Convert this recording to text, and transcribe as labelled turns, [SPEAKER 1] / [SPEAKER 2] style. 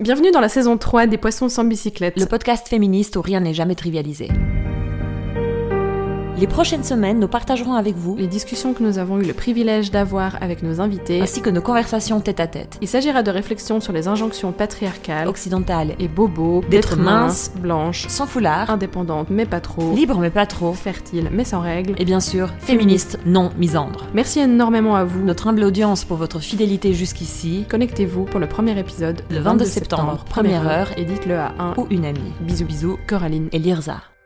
[SPEAKER 1] Bienvenue dans la saison 3 des Poissons sans bicyclette.
[SPEAKER 2] le podcast féministe où rien n'est jamais trivialisé. Les prochaines semaines, nous partagerons avec vous,
[SPEAKER 1] Les discussions que nous avons eu le privilège d'avoir avec nos invités,
[SPEAKER 2] ainsi que nos conversations tête à tête,
[SPEAKER 1] il s'agira de réflexions sur les injonctions patriarcales
[SPEAKER 2] occidentales et
[SPEAKER 1] et bobos,
[SPEAKER 2] D'être mince,
[SPEAKER 1] blanche,
[SPEAKER 2] sans foulard,
[SPEAKER 1] indépendante mais pas trop,
[SPEAKER 2] libre mais pas trop,
[SPEAKER 1] fertile mais sans règles.
[SPEAKER 2] et bien sûr, féministe non misandre.
[SPEAKER 1] Merci énormément à vous.
[SPEAKER 2] Notre humble audience pour votre fidélité jusqu'ici,
[SPEAKER 1] Connectez-vous pour le premier épisode
[SPEAKER 2] le 22 septembre, première heure,
[SPEAKER 1] et dites-le à un
[SPEAKER 2] ou une amie.
[SPEAKER 1] Bisous bisous, Coraline.
[SPEAKER 2] Et Lirza.